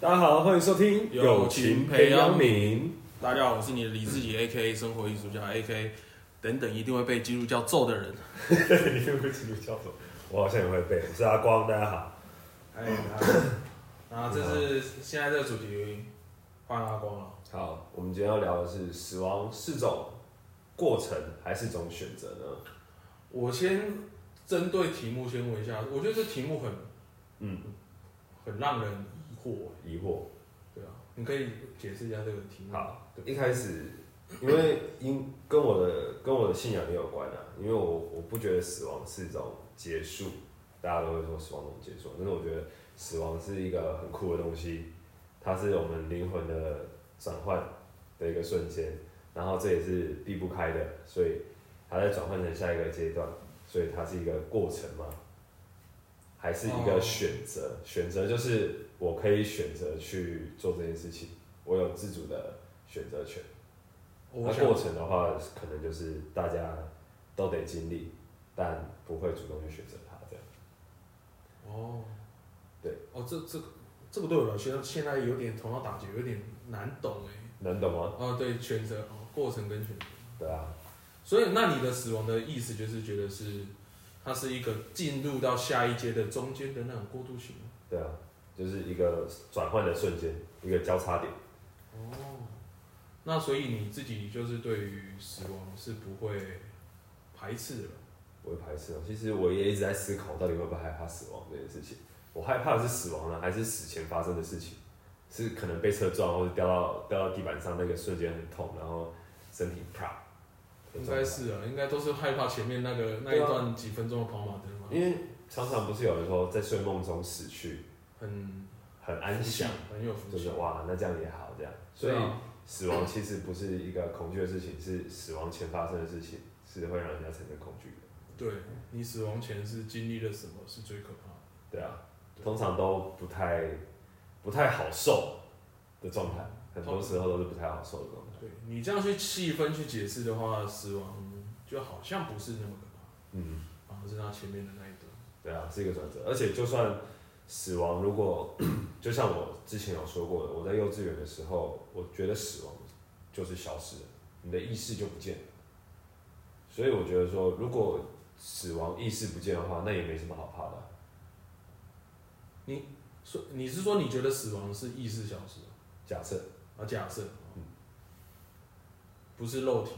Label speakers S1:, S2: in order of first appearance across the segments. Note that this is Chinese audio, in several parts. S1: 大家好，欢迎收听《
S2: 友情培养
S1: 皿》。
S2: 大家好，我是你的李自己 A K A 生活艺术家 A K 等等，一定会被基督教揍的人。
S1: 你会不会记住叫什么？我好像也会背。我是
S3: 啊
S1: 阿光，大家好。
S2: 哎， 啊，然后这是现在这个主题换阿光了。
S3: 好，我们今天要聊的是死亡是种过程还是种选择呢？
S2: 我先针对题目先问一下，我觉得这题目很，
S3: 嗯，
S2: 很让人疑惑。
S3: 疑惑。
S2: 对啊，你可以解释一下这个
S1: 嗯
S2: 题目。
S3: 好，一开始因为因跟我的跟我的信仰也有关啊，因为我我不觉得死亡是一种结束，大家都会说死亡是一种结束，但是我觉得死亡是一个很酷的东西，它是我们灵魂的转换的一个瞬间，然后这也是避不开的，所以它在转换成下一个阶段，所以它是一个过程吗？还是一
S2: 哦
S3: 个选择选择就是我可以选择去做这件事情，我有自主的选择权。
S2: 我
S3: 那
S2: 想
S3: 过程的话，可能就是大家都得经历，但不会主动去选择它这样。
S2: 哦，
S3: 对，
S2: 哦，这这个这个对我来说现在有点头脑打结，有点难懂哎。
S3: 能懂吗？
S2: 哦，对，选择哦，过程跟选择。
S3: 对啊，
S2: 所以，那你的死亡的意思就是觉得是，它是一个进入到下一阶的中间的那种过渡期吗
S3: 对啊，就是一个转换的瞬间，一个交叉点。
S2: 哦，那所以你自己就是对于死亡是不会排斥的。
S3: 我会排斥哦。其实我也一直在思考，到底会不会害怕死亡这件事情。我害怕的是死亡呢，啊还是死前发生的事情？是可能被车撞，或者掉到掉到地板上那个瞬间很痛，然后身体啪。
S2: 应该是啊，应该都是害怕前面那个那一
S3: 对啊
S2: 段几分钟的跑马灯嘛，
S3: 因为常常不是有人说在睡梦中死去
S2: 很
S3: 很安详，，
S2: 很有福
S3: 就
S2: 气
S3: 是。哇，那这样也好这样。所以
S2: 对啊，
S3: 死亡其实不是一个恐惧的事情，是死亡前发生的事情，是会让人家产生恐惧的。
S2: 对啊你死亡前是经历了什么是最可怕的。
S3: 对啊，通常都不太不太好受的状态，很多时候都是不太好受的状态。
S2: 对你这样去细分去解释的话，死亡就好像不是那么可怕，
S3: 嗯，
S2: 反而是它前面的那一段。
S3: 对啊，是一个转折。而且就算死亡，如果 就像我之前有说过的，我在幼稚园的时候，我觉得死亡就是消失了，你的意识就不见了。所以我觉得说，如果死亡意识不见的话，那也没什么好怕的啊、
S2: 所你是说你觉得死亡是意识消失
S3: 假设
S2: 啊？假设，
S3: 嗯
S2: 不是肉体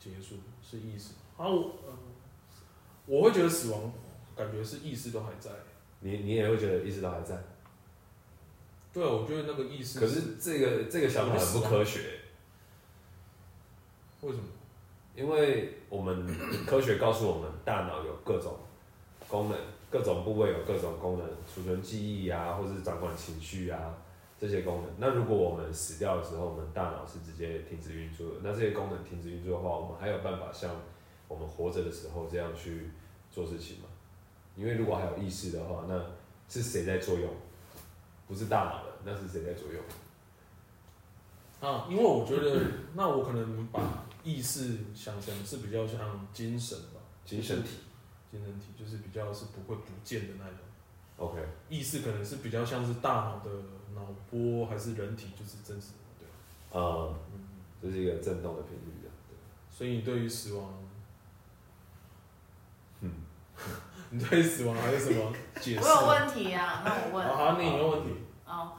S2: 结束，是意识啊。我、呃我会觉得死亡感觉是意识都还在。
S3: 你你也会觉得意识都还在，
S2: 对，啊我觉得那个意识
S3: 可是这个这个想法很不科学、
S2: 为什么？
S3: 因为我们科学告诉我们，大脑有各种功能，各种部位有各种功能，储存记忆啊，或是掌管情绪啊这些功能。那如果我们死掉的时候，我们大脑是直接停止运作的，那这些功能停止运作的话，我们还有办法像我们活着的时候这样去做事情吗？因为如果还有意识的话，那是谁在作用？不是大脑了，那是谁在作用？
S2: 啊，因为我觉得，那我可能把意识想成是比较像精神吧，
S3: 精神体。
S2: 精神体就是比较是不会不见的那种。
S3: OK，
S2: 意识可能是比较像是大脑的脑波，还是人体就是真实的对。啊
S3: 呃，
S2: 嗯，
S3: 这是一个震动的频率啊的。对
S2: 所以你对于死亡，
S3: 嗯，
S2: 你对于死亡还有什么解释？
S4: 我有问题啊，那我
S2: 好
S4: 问
S2: 好，你有问题。
S4: 哦，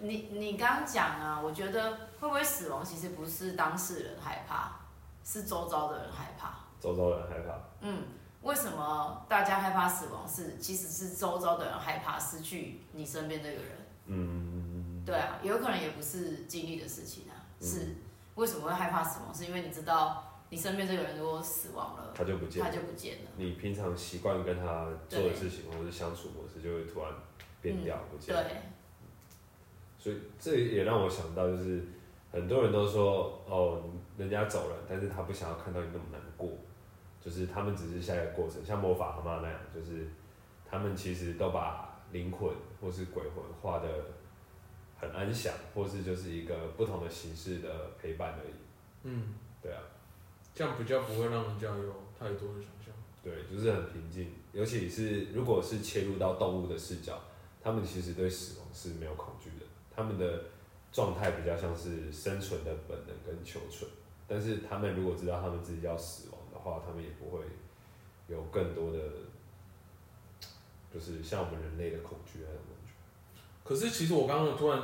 S4: 你你刚讲啊，我觉得会不会死亡其实不是当事人害怕，是周遭的人害怕。
S3: 周遭人害怕。
S4: 嗯，为什么大家害怕死亡是其实是周遭的人害怕失去你身边这个人？
S3: 嗯，
S4: 对啊，有可能也不是经历的事情啊，是、为什么会害怕死亡？是因为你知道你身边这个人如果死亡了，
S3: 他就不见
S4: 他
S3: 了。
S4: 就不见了。
S3: 你平常习惯跟他做的
S4: 对
S3: 事情或者是相处模式，就会突然变掉、不见。
S4: 嗯对，
S3: 所以这也让我想到，就是很多人都说哦，人家走了，但是他不想要看到你那么难过，就是他们只是下一个过程，像魔法蛤蟆那样，就是他们其实都把灵魂或是鬼魂画的很安详，或是就是一个不同的形式的陪伴而已。
S2: 嗯，
S3: 对啊。
S2: 这样比较不会让人家有太多的想象。
S3: 对，就是很平静，尤其是如果是切入到动物的视角，他们其实对死亡是没有恐惧的，他们的状态比较像是生存的本能跟求存，但是他们如果知道他们自己要死亡的话，他们也不会有更多的，就是像我们人类的恐惧那种感觉。
S2: 可是其实我刚刚突然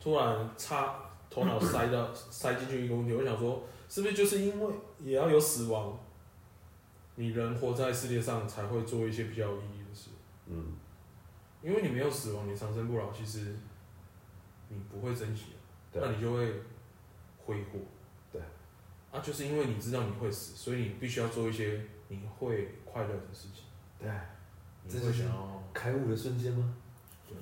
S2: 突然插头脑塞到塞进去一个问题，我想说，是不是就是因为也要有死亡，你人活在世界上才会做一些比较有意义的事？
S3: 嗯，
S2: 因为你没有死亡，你长生不老，其实你不会珍惜，啊
S3: 对
S2: 那你就会挥霍。
S3: 对，
S2: 啊，就是因为你知道你会死，所以你必须要做一些你会快乐的事情，
S3: 对，
S2: 你
S3: 这
S2: 会
S3: 就是
S2: 想要嗯
S3: 开悟的瞬间吗
S2: 对？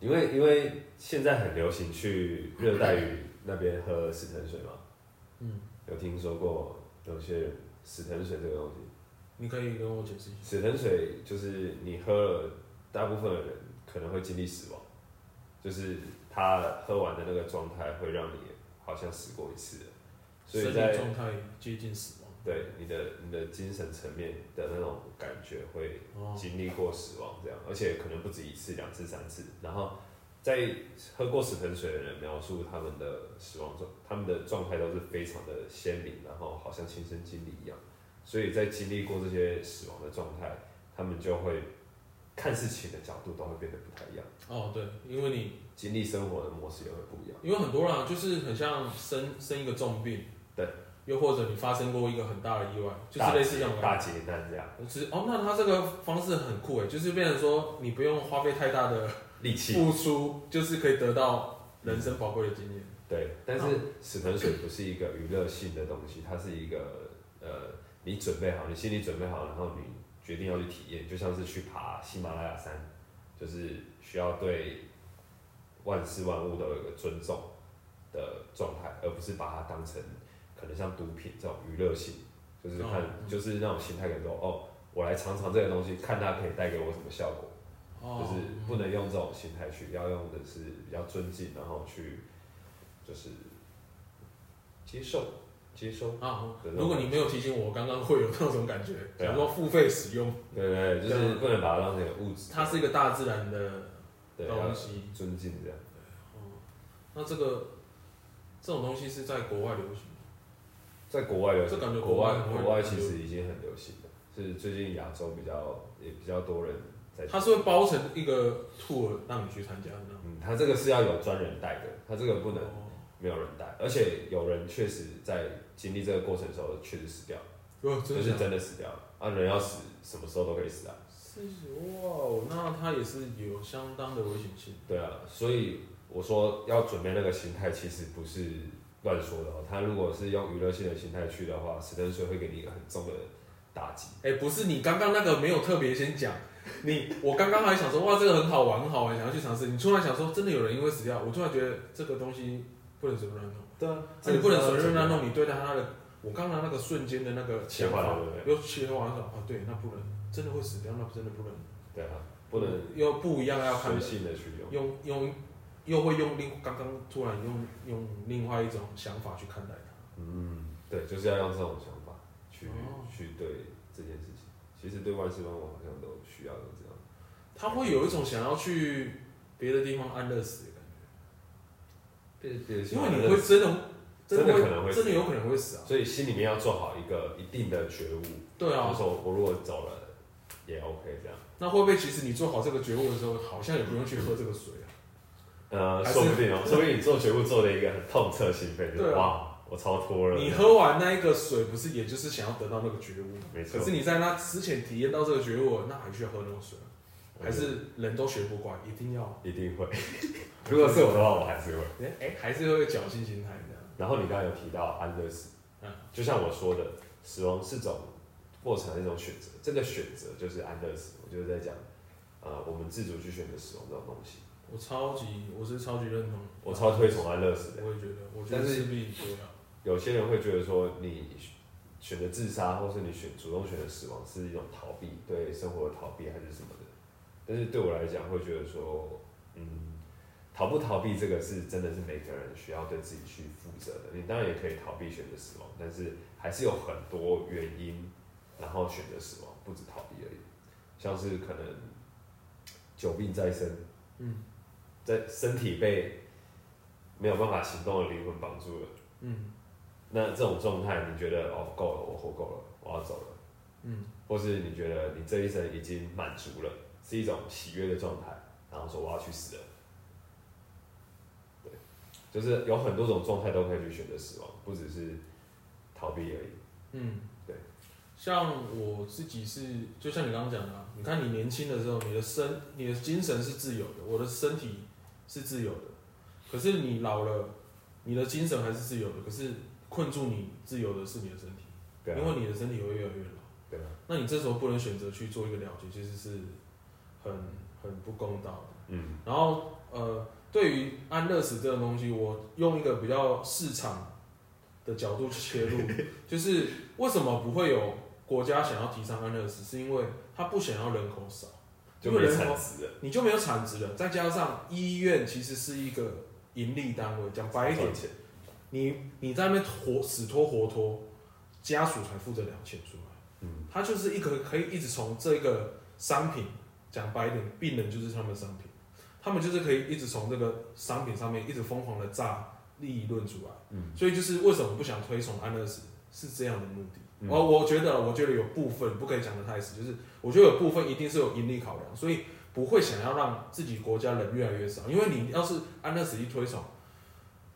S3: 因为因为现在很流行去热带雨那边喝死藤水嘛，
S2: 嗯，
S3: 有听说过有些人死藤水这个东西，
S2: 你可以跟我解释一下。
S3: 死藤水就是你喝了，大部分的人可能会经历死亡，就是他喝完的那个状态会让你好像死过一次了，所
S2: 生
S3: 以
S2: 理
S3: 在
S2: 状态接近死亡。
S3: 对你的你的精神层面的那种感觉会
S2: 哦，
S3: 经历过死亡这样，而且可能不止一次、两次、三次。然后在喝过死藤水的人描述他们的死亡状，他们的状态都是非常的鲜明，然后好像亲身经历一样。所以在经历过这些死亡的状态，他们就会看事情的角度都会变得不太一样，
S2: 哦，对，因为你
S3: 经历生活的模式也会不一样。
S2: 因为很多啦，就是很像生生一个重病，
S3: 对，
S2: 又或者你发生过一个很大的意外，就是
S3: 大
S2: 类似这种
S3: 劫
S2: 感
S3: 大
S2: 觉。
S3: 劫难这样，
S2: 我只哦，那他这个方式很酷诶，就是变成说你不用花费太大的
S3: 力气
S2: 付出，就是可以得到人生宝贵的经验。
S3: 对，但是死藤水不是一个娱乐性的东西，它是一个呃，你准备好，你心里准备好，然后你决定要去体验，就像是去爬喜马拉雅山，就是需要对万事万物都有一个尊重的状态，而不是把它当成可能像毒品这种娱乐性，就是看、
S2: 哦嗯
S3: 就是那种心态感受哦，我来尝尝这个东西，看它可以带给我什么效果。
S2: 哦，
S3: 就是不能用这种心态去，要用的是比较尊敬，然后去就是接受接收，
S2: 啊
S3: 对，
S2: 如果你没有提醒我，刚刚会有那种感觉，
S3: 对啊
S2: 假如说付费使用，
S3: 对对，对就是不能把它当成一个物质，
S2: 它是一个大自然的
S3: 对
S2: 东
S3: 要
S2: 西。
S3: 尊敬这样。
S2: 那这个这种东西是在国外流行吗，
S3: 在国外有
S2: 这感觉
S3: 国
S2: 国外很会
S3: 国外其实已经很流行了，是最近亚洲比较也比较多人在。
S2: 它是会包成一个 tour 让你去参加的那种。
S3: 嗯，他这个是要有专人带的，他这个不能
S2: 哦
S3: 没有人带，而且有人确实在经历这个过程的时候确实死掉，
S2: 哟，
S3: 就
S2: 哦真
S3: 是
S2: 的假的
S3: 真的死掉了啊！人要死什么时候都可以死啊，
S2: 是哇哦，那它也是有相当的危险性。
S3: 对啊，所以我说要准备那个心态，其实不是乱说的哦。他如果是用娱乐性的心态去的话，死藤水会给你一个很重的打击。
S2: 哎、不是你刚刚那个没有特别先讲，你我刚刚还想说哇这个很好玩很好玩，想要去尝试。你突然想说真的有人因为死掉，我突然觉得这个东西不能随便乱弄，
S3: 对啊
S2: 啊、你不能随便乱弄，你对待它的我刚刚那个瞬间的那个
S3: 切换
S2: 想
S3: 了
S2: 法，
S3: 对不对？
S2: 又切换了啊，对，那不能真的会死掉，那真的不能，
S3: 对啊，不能
S2: 又不一样要
S3: 随
S2: 看人
S3: 性的去用。
S2: 用用又会用另刚刚突然用用另外一种想法去看待它。
S3: 嗯，对，就是要用这种想法去、
S2: 哦
S3: 去对这件事情。其实对万事万物好像都需要有这样。
S2: 他会有一种想要去别的地方安乐死的感
S3: 对对，
S2: 觉，因为你会真的真
S3: 真
S2: 的
S3: 的可能
S2: 会
S3: 会
S2: 真的有可能会死啊。
S3: 所以心里面要做好一个一定的觉悟，
S2: 对
S3: 就是
S2: 啊，
S3: 说我如果走了也 OK 这样。
S2: 那会不会其实你做好这个觉悟的时候，好像也不用去喝这个水啊？
S3: 呃，
S2: 还是
S3: 说不定哦，说不定你做觉悟做的一个很痛彻心扉，就是
S2: 对啊
S3: 哇，我超脱了。
S2: 你喝完那一个水，不是也就是想要得到那个觉悟吗？
S3: 没错
S2: 可是你在那之前体验到这个觉悟了，那还需要喝那种水啊？
S3: 嗯
S2: 还是人都学不乖，一定要
S3: 一定 会。如果是我的话，我还是会。
S2: 哎、还是会有侥幸心态的。
S3: 然后你刚才有提到安乐死，
S2: 嗯
S3: 就像我说的，死亡是种过程，是一种选择。这个选择就是安乐死，我就是在讲，呃，我们自主去选择死亡这种东西。
S2: 我超级，我是超级认同，
S3: 我超推崇安乐死的。
S2: 我也觉得，我觉得
S3: 但是
S2: 势必不要。
S3: 有些人会觉得说，你选择自杀，或是你选主动选择死亡，是一种逃避，对生活的逃避还是什么的。但是对我来讲，会觉得说，嗯，逃不逃避这个是真的是每个人需要对自己去负责的。你当然也可以逃避选择死亡，但是还是有很多原因，然后选择死亡，不止逃避而已。像是可能久病在身，
S2: 嗯，
S3: 在身体被没有办法行动的灵魂绑住了。
S2: 嗯
S3: 那这种状态，你觉得哦够了，我活够了，我要走了，
S2: 嗯，
S3: 或是你觉得你这一生已经满足了，是一种喜悦的状态，然后说我要去死了。对，就是有很多种状态都可以去选择死亡，不只是逃避而已。
S2: 嗯，
S3: 对。
S2: 像我自己是，就像你刚刚讲的、啊，你看你年轻的时候，你的身、你的精神是自由的，我的身体是自由的。可是你老了，你的精神还是自由的，可是困住你自由的是你的身体，
S3: 对
S2: 因
S3: 啊，
S2: 为你的身体会越来越老。
S3: 对啊，
S2: 那你这时候不能选择去做一个了结，其实是很很不公道的。
S3: 嗯
S2: 然后呃，对于安乐死这种东西，我用一个比较市场的角度去切 入，就是为什么不会有国家想要提倡安乐死，是因为他不想要人口少，
S3: 就
S2: 因为
S3: 没
S2: 人
S3: 产
S2: 口
S3: 值了，
S2: 你就没有产值了，再加上医院其实是一个盈利单位，讲白一点
S3: 赚，钱，
S2: 你你在那边活死拖活拖，家属才负责两千出来。
S3: 嗯，
S2: 它就是一个可以一直从这个商品讲白一点，病人就是他们的商品，他们就是可以一直从这个商品上面一直疯狂的榨利润出来。
S3: 嗯，
S2: 所以就是为什么不想推崇安乐死是这样的目的。
S3: 嗯
S2: 我我觉得，我觉得有部分不可以讲的太死，就是我觉得有部分一定是有盈利考量，所以不会想要让自己国家人越来越少。因为你要是安乐死一推崇，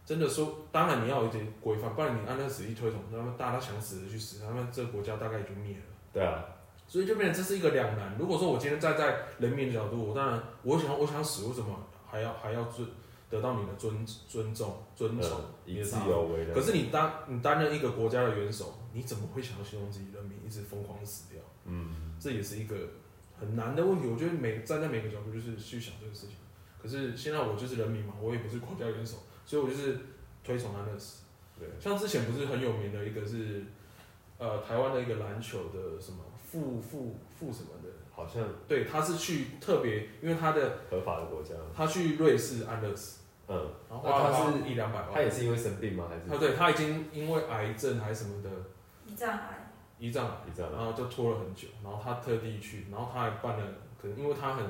S2: 真的说，当然你要有一点规范，不然你安乐死一推崇，他们大家想死的去死，他们这个国家大概也就灭了。
S3: 对啊，
S2: 所以就变成这是一个两难。如果说我今天站在人民的角度，我当然我想我想死，为什么还要还要尊得到你的尊尊重尊崇？
S3: 嗯
S2: 你
S3: 以
S2: 的
S3: 自
S2: 大
S3: 由为人，
S2: 可是你担你担任一个国家的元首，你怎么会想要形容自己人民一直疯狂地死掉？
S3: 嗯，
S2: 这也是一个很难的问题。我觉得每站在每个角度就是去想这个事情。可是现在我就是人民嘛，我也不是国家元首，所以我就是推崇安乐死。
S3: 对，
S2: 像之前不是很有名的一个是，呃，台湾的一个篮球的什么副副副什么的，
S3: 好像
S2: 对，他是去特别，因为他的
S3: 合法的国家，
S2: 他去瑞士安乐死，
S3: 嗯，
S2: 然后
S3: 那
S2: 花
S3: 他
S2: 了
S3: 是
S2: 一两百
S3: 他
S2: 万，
S3: 也是因为生病吗？还是
S2: 他啊对他已经因为癌症还是什么的
S4: 胰脏癌，
S2: 胰脏癌，
S3: 你知道
S2: 然
S3: 吗？
S2: 后就拖了很久，然后他特地去，然后他还办了，可能因为他很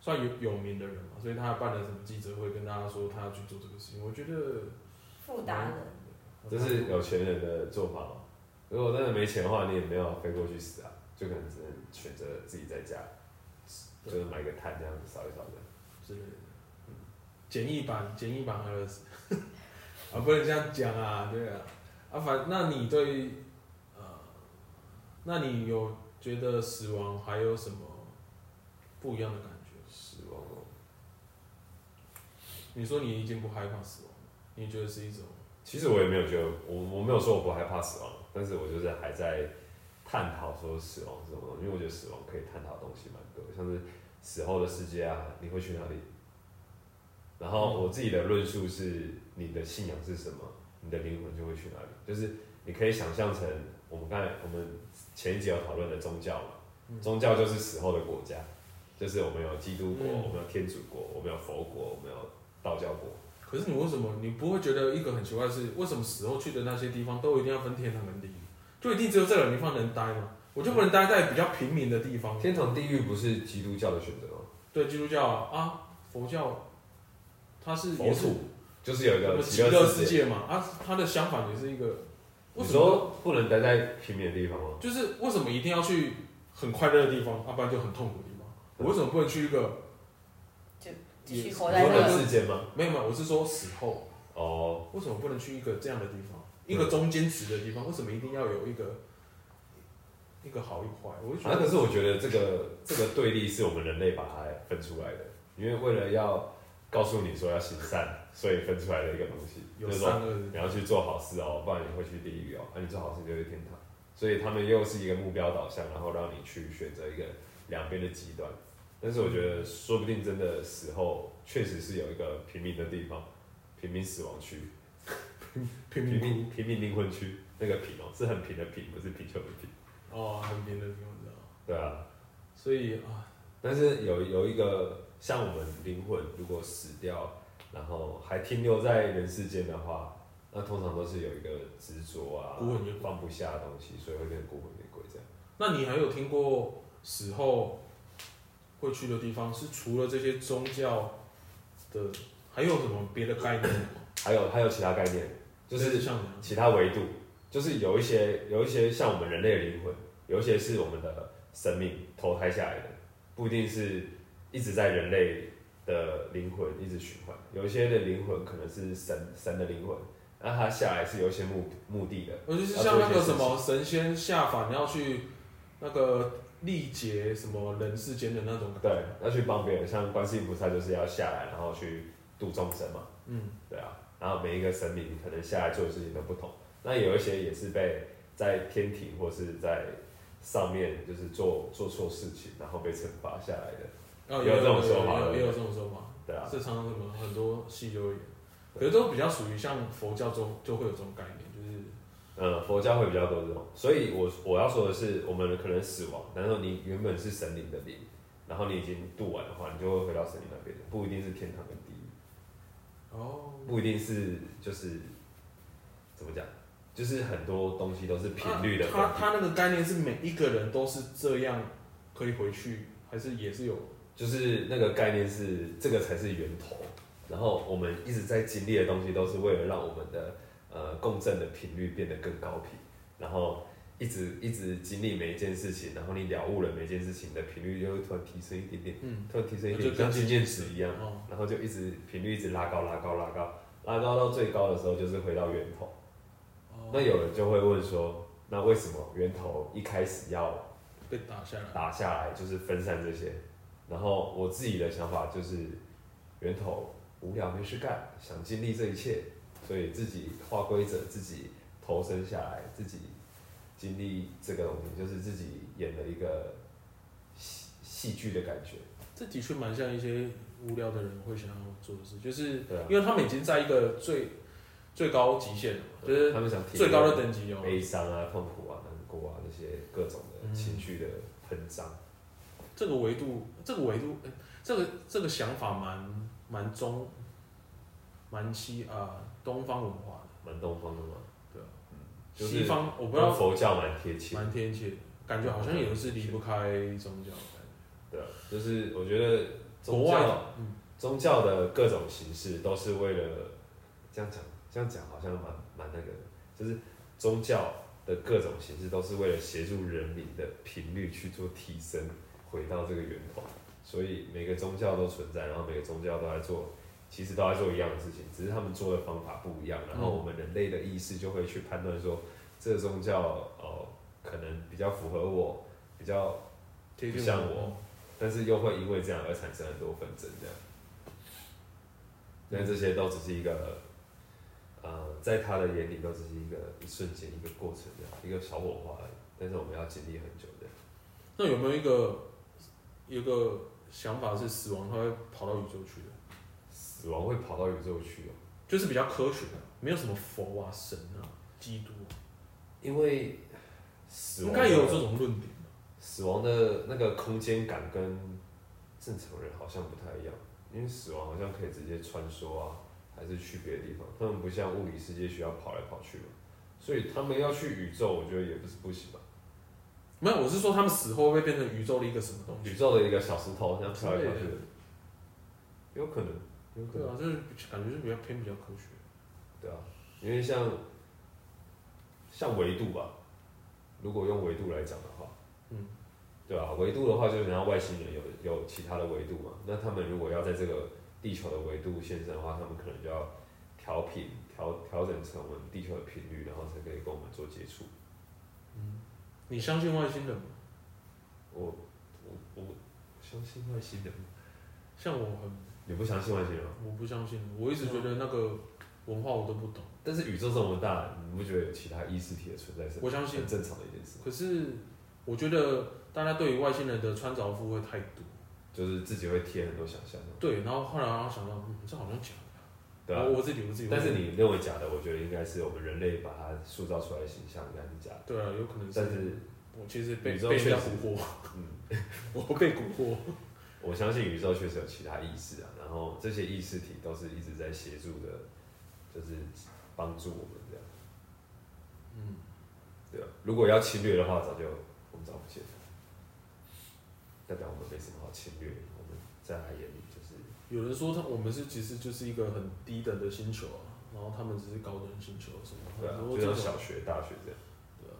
S2: 算有有名的人嘛，所以他还办了什么记者会跟大家说他要去做这个事情，我觉得
S4: 富达
S3: 嗯
S4: 人，
S3: 这是有钱人的做法吗？如果真的没钱的话，你也没有飞过去死啊，就可能只能选择自己在家，
S2: 对
S3: 就是买个炭这样子烧一烧的。
S2: 之类的。嗯简易版，简易版还有啊，不能这样讲啊，对啊，啊反，那你对，呃，那你有觉得死亡还有什么不一样的感觉？
S3: 死亡哦，
S2: 你说你已经不害怕死亡了，你觉得是一种，
S3: 其实我也没有觉得，我我没有说我不害怕死亡，但是我就是还在探讨说死亡是什么东西，因为我觉得死亡可以探讨的东西蛮多，像是死后的世界啊，你会去哪里？然后我自己的论述是，你的信仰是什么，你的灵魂就会去哪里。就是你可以想象成我们刚才我们前一集有讨论的宗教
S2: 嗯
S3: 嘛，宗教就是死后的国家，就是我们有基督国，
S2: 嗯
S3: 我们有天主国，我们有佛国，我们有道教国。
S2: 可是你为什么你不会觉得一个很奇怪的是，为什么死后去的那些地方都一定要分天堂跟地狱？就一定只有这两个地方能待吗？我就不能待在比较平民的地方？
S3: 天堂、地狱不是基督教的选择吗？
S2: 对，基督教啊，啊佛教，它是
S3: 佛
S2: 也是
S3: 祖就是有一
S2: 什
S3: 个
S2: 么极乐
S3: 乐
S2: 世
S3: 界。
S2: 界嘛，啊，它的相反也是一个，为
S3: 你
S2: 什么
S3: 说不能待在平民的地方吗？
S2: 就是为什么一定要去很快乐的地方，啊要、不然就很痛苦的地方？我为什么不能去一个
S4: 继续
S2: 也
S4: 活
S3: 你
S4: 在
S3: 说
S4: 这
S3: 人
S4: 个
S3: 世间吗？
S2: 没有没有？我是说死后
S3: 哦，
S2: 为什么不能去一个这样的地方，一个中间值的地方？为什么一定要有一个一个好一坏？我就觉
S3: 啊，可
S2: 得
S3: 是我觉得这个这个对立是我们人类把它分出来的，因为为了要告诉你说要行善，所以分出来的一个东西，
S2: 有
S3: 就是说
S2: 善恶的
S3: 你要去做好事哦，不然你会去地狱哦，那、你做好事就会天堂。所以他们又是一个目标导向，然后让你去选择一个两边的极端。但是我觉得，说不定真的死后确实是有一个平民的地方，平民死亡区。
S2: 平
S3: 平
S2: 民窟
S3: 民平民灵魂区那个贫哦、是很贫的贫，不是贫穷的贫。
S2: 哦，很平的地方，知道吗
S3: 对啊，
S2: 所以啊，
S3: 但是有有一个像我们灵魂如果死掉，然后还停留在人世间的话，那通常都是有一个执着啊，
S2: 孤魂野鬼
S3: 放不下的东西，所以会变成孤魂野鬼这样。
S2: 那你还有听过死后会去的地方是除了这些宗教的，还有什么别的概念吗？
S3: 还有还有其他概念， 就是啊
S2: 像
S3: 其他维度，就是有一些有一些像我们人类的灵魂，有一些是我们的生命投胎下来的，不一定是一直在人类的灵魂一直循环，有一些的灵魂可能是神神的灵魂，那它下来是有一些目目的的，
S2: 我就是像那个什么神仙下凡要去那个历劫什么人世间的那种感觉。
S3: 对，要去帮别人，像观世音菩萨就是要下来，然后去度众生嘛。
S2: 嗯，
S3: 对啊，然后每一个神明可能下来做的事情都不同，那有一些也是被在天庭或是在上面就是做做错事情，然后被惩罚下来的，
S2: 啊，
S3: 有这种说法
S2: 有
S3: 对
S2: 也有这种说法。
S3: 对啊，
S2: 是常常什么很多戏都有演，可是都比较属于像佛教中就会有这种概念，就是
S3: 嗯，佛教会比较多这种，所以我我要说的是，我们可能死亡，然后你原本是神灵的灵，然后你已经度完的话，你就会回到神灵那边的，不一定是天堂跟地狱，
S2: 哦，
S3: 不一定是就是怎么讲，就是很多东西都是频率的
S2: 啊
S3: 关
S2: 他
S3: 系
S2: 他那个概念是每一个人都是这样可以回去，还是也是有
S3: 就是那个概念是这个才是源头，然后我们一直在经历的东西都是为了让我们的呃共振的频率变得更高频，然后一直一直经历每一件事情，然后你了悟了每一件事情的频率就会突然提升一点点，
S2: 嗯，
S3: 突然提升一
S2: 那
S3: 点，
S2: 就更
S3: 像经验值一样，
S2: 哦，
S3: 然后就一直频率一直拉高拉高拉高，拉高到最高的时候就是回到源头。
S2: 哦
S3: 那有人就会问说，那为什么源头一开始要
S2: 被打下来，
S3: 打下来，就是分散这些。然后我自己的想法就是，源头无聊没事干，想经历这一切，所以自己划规则，自己投身下来，自己经历这个东西，就是自己演了一个戏戏剧的感觉。
S2: 这的确蛮像一些无聊的人会想要做的事，就是
S3: 对啊，
S2: 因为他们已经在一个最最高极限了嘛，就是
S3: 他们想体
S2: 最高的
S3: 验
S2: 等级哦，
S3: 悲伤啊、痛苦啊、难过啊这些各种的情绪的喷张。
S2: 这个维度，这个维度，呃这个这个想法蛮蛮中，蛮西啊、东方文化的，
S3: 蛮东方的嘛，
S2: 对啊，
S3: 就是
S2: 西方我不
S3: 跟
S2: 知道
S3: 佛教蛮贴切的。
S2: 蛮贴切的，感觉好像也是离不开宗教的感觉。
S3: 对啊，就是我觉得宗
S2: 国外
S3: 教
S2: 的，嗯，
S3: 宗教的各种形式都是为了这样讲，这样讲好像蛮蛮那个的，就是宗教的各种形式都是为了协助人民的频率去做提升，回到这个源头。所以每个宗教都存在，然后每个宗教都在做，其实都在做一样的事情，只是他们做的方法不一样。然后我们人类的意识就会去判断说，这个宗教哦、可能比较符合我，比较
S2: 贴近
S3: 像我，但是又会因为这样而产生很多纷争，这样。但这些都只是一个，呃，在他的眼里都只是一个一瞬间、一个过程这样，一个小火花而已。但是我们要经历很久的。
S2: 那有没有一个有一个想法是死亡它会跑到宇宙去的？
S3: 死亡会跑到宇宙去哦，
S2: 就是比较科学的，没有什么佛啊、神啊、基督啊、
S3: 因为死
S2: 应
S3: 亡
S2: 该也有这
S3: 的
S2: 种论点吧。
S3: 死亡的那个空间感跟正常人好像不太一样，因为死亡好像可以直接穿梭啊，还是去别的地方，他们不像物理世界需要跑来跑去嘛，所以他们要去宇宙，我觉得也不是不行吧。
S2: 没有，我是说他们死后会不会变成宇宙的一个什么东西
S3: 宇？宙的一个小石头这样飘来飘去的，有可能，有可
S2: 对
S3: 能，
S2: 啊，就是感觉是比较偏比较科学。
S3: 对啊，因为像像维度吧，如果用维度来讲的话，
S2: 嗯，
S3: 对啊，维度的话就是像外星人有有其他的维度嘛，那他们如果要在这个地球的维度现身的话，他们可能就要调频调调整成我们地球的频率，然后才可以跟我们做接触。
S2: 你相信外星人吗？
S3: 我我我相信外星人吗，
S2: 像我很，
S3: 你不相信外星人吗？
S2: 我不相信，我一直觉得那个文化我都不懂。
S3: 但是宇宙这么大，你不觉得有其他意识体的存在是
S2: 我相信
S3: 很正常的一件事？
S2: 可是我觉得大家对于外星人的穿着服会太多，
S3: 就是自己会贴很多想象，
S2: 对。然后后来然后想到，嗯，这好像假的。
S3: 对啊。
S2: 哦我我自己我自己。
S3: 但是你认为假的，我觉得应该是我们人类把它塑造出来的形象应该是假的。
S2: 对啊，有可能
S3: 但是，
S2: 我其实被
S3: 宇宙
S2: 被人家
S3: 确实
S2: 蛊惑，
S3: 嗯，
S2: 我被蛊惑。
S3: 我相信宇宙确实有其他意识啊，然后这些意识体都是一直在协助的，就是帮助我们这样。
S2: 嗯，
S3: 对啊。如果要侵略的话，早就我们早不见了。代表我们没什么好侵略，我们在他眼里就是
S2: 有人说他我们是其实就是一个很低等的星球啊，然后他们只是高端星球什么，
S3: 对啊
S2: 很，多
S3: 就
S2: 这
S3: 像
S2: 种
S3: 小学、大学这样。
S2: 对啊，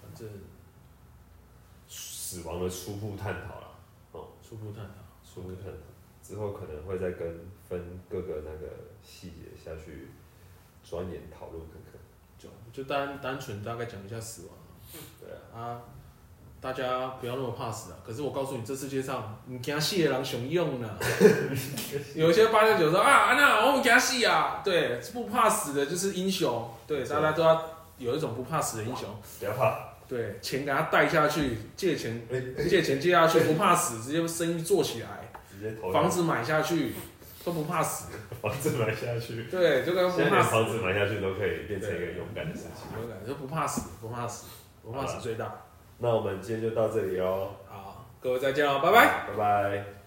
S2: 反正
S3: 死亡的初步探讨啦，
S2: 初步探讨，
S3: 初步探讨之后可能会再跟分各个那个细节下去钻研讨论看看。
S2: 就就单单纯大概讲一下死亡啊
S3: 对啊，
S2: 啊，大家不要那么怕死啊！可是我告诉你，这世界上你惊死的人熊用 呢。有一些八六九说啊，那我们惊死啊，对，不怕死的就是英雄，对，大家都要有一种不怕死的英雄，
S3: 不要怕，
S2: 对，钱给他带下去，借钱
S3: 哎
S2: 借钱借下去，不怕死，直接生意做起来，
S3: 直接投
S2: 房子买下去都不怕死，
S3: 房子买下 去，
S2: 对，就跟
S3: 现在连
S2: 不怕死
S3: 房子买下去都可以变成一个勇敢的事情。
S2: 有感，就不怕死，不怕死，不怕死最大。
S3: 那我们今天就到这里喽，哦
S2: 好，各位再见喽，拜拜。
S3: 拜拜。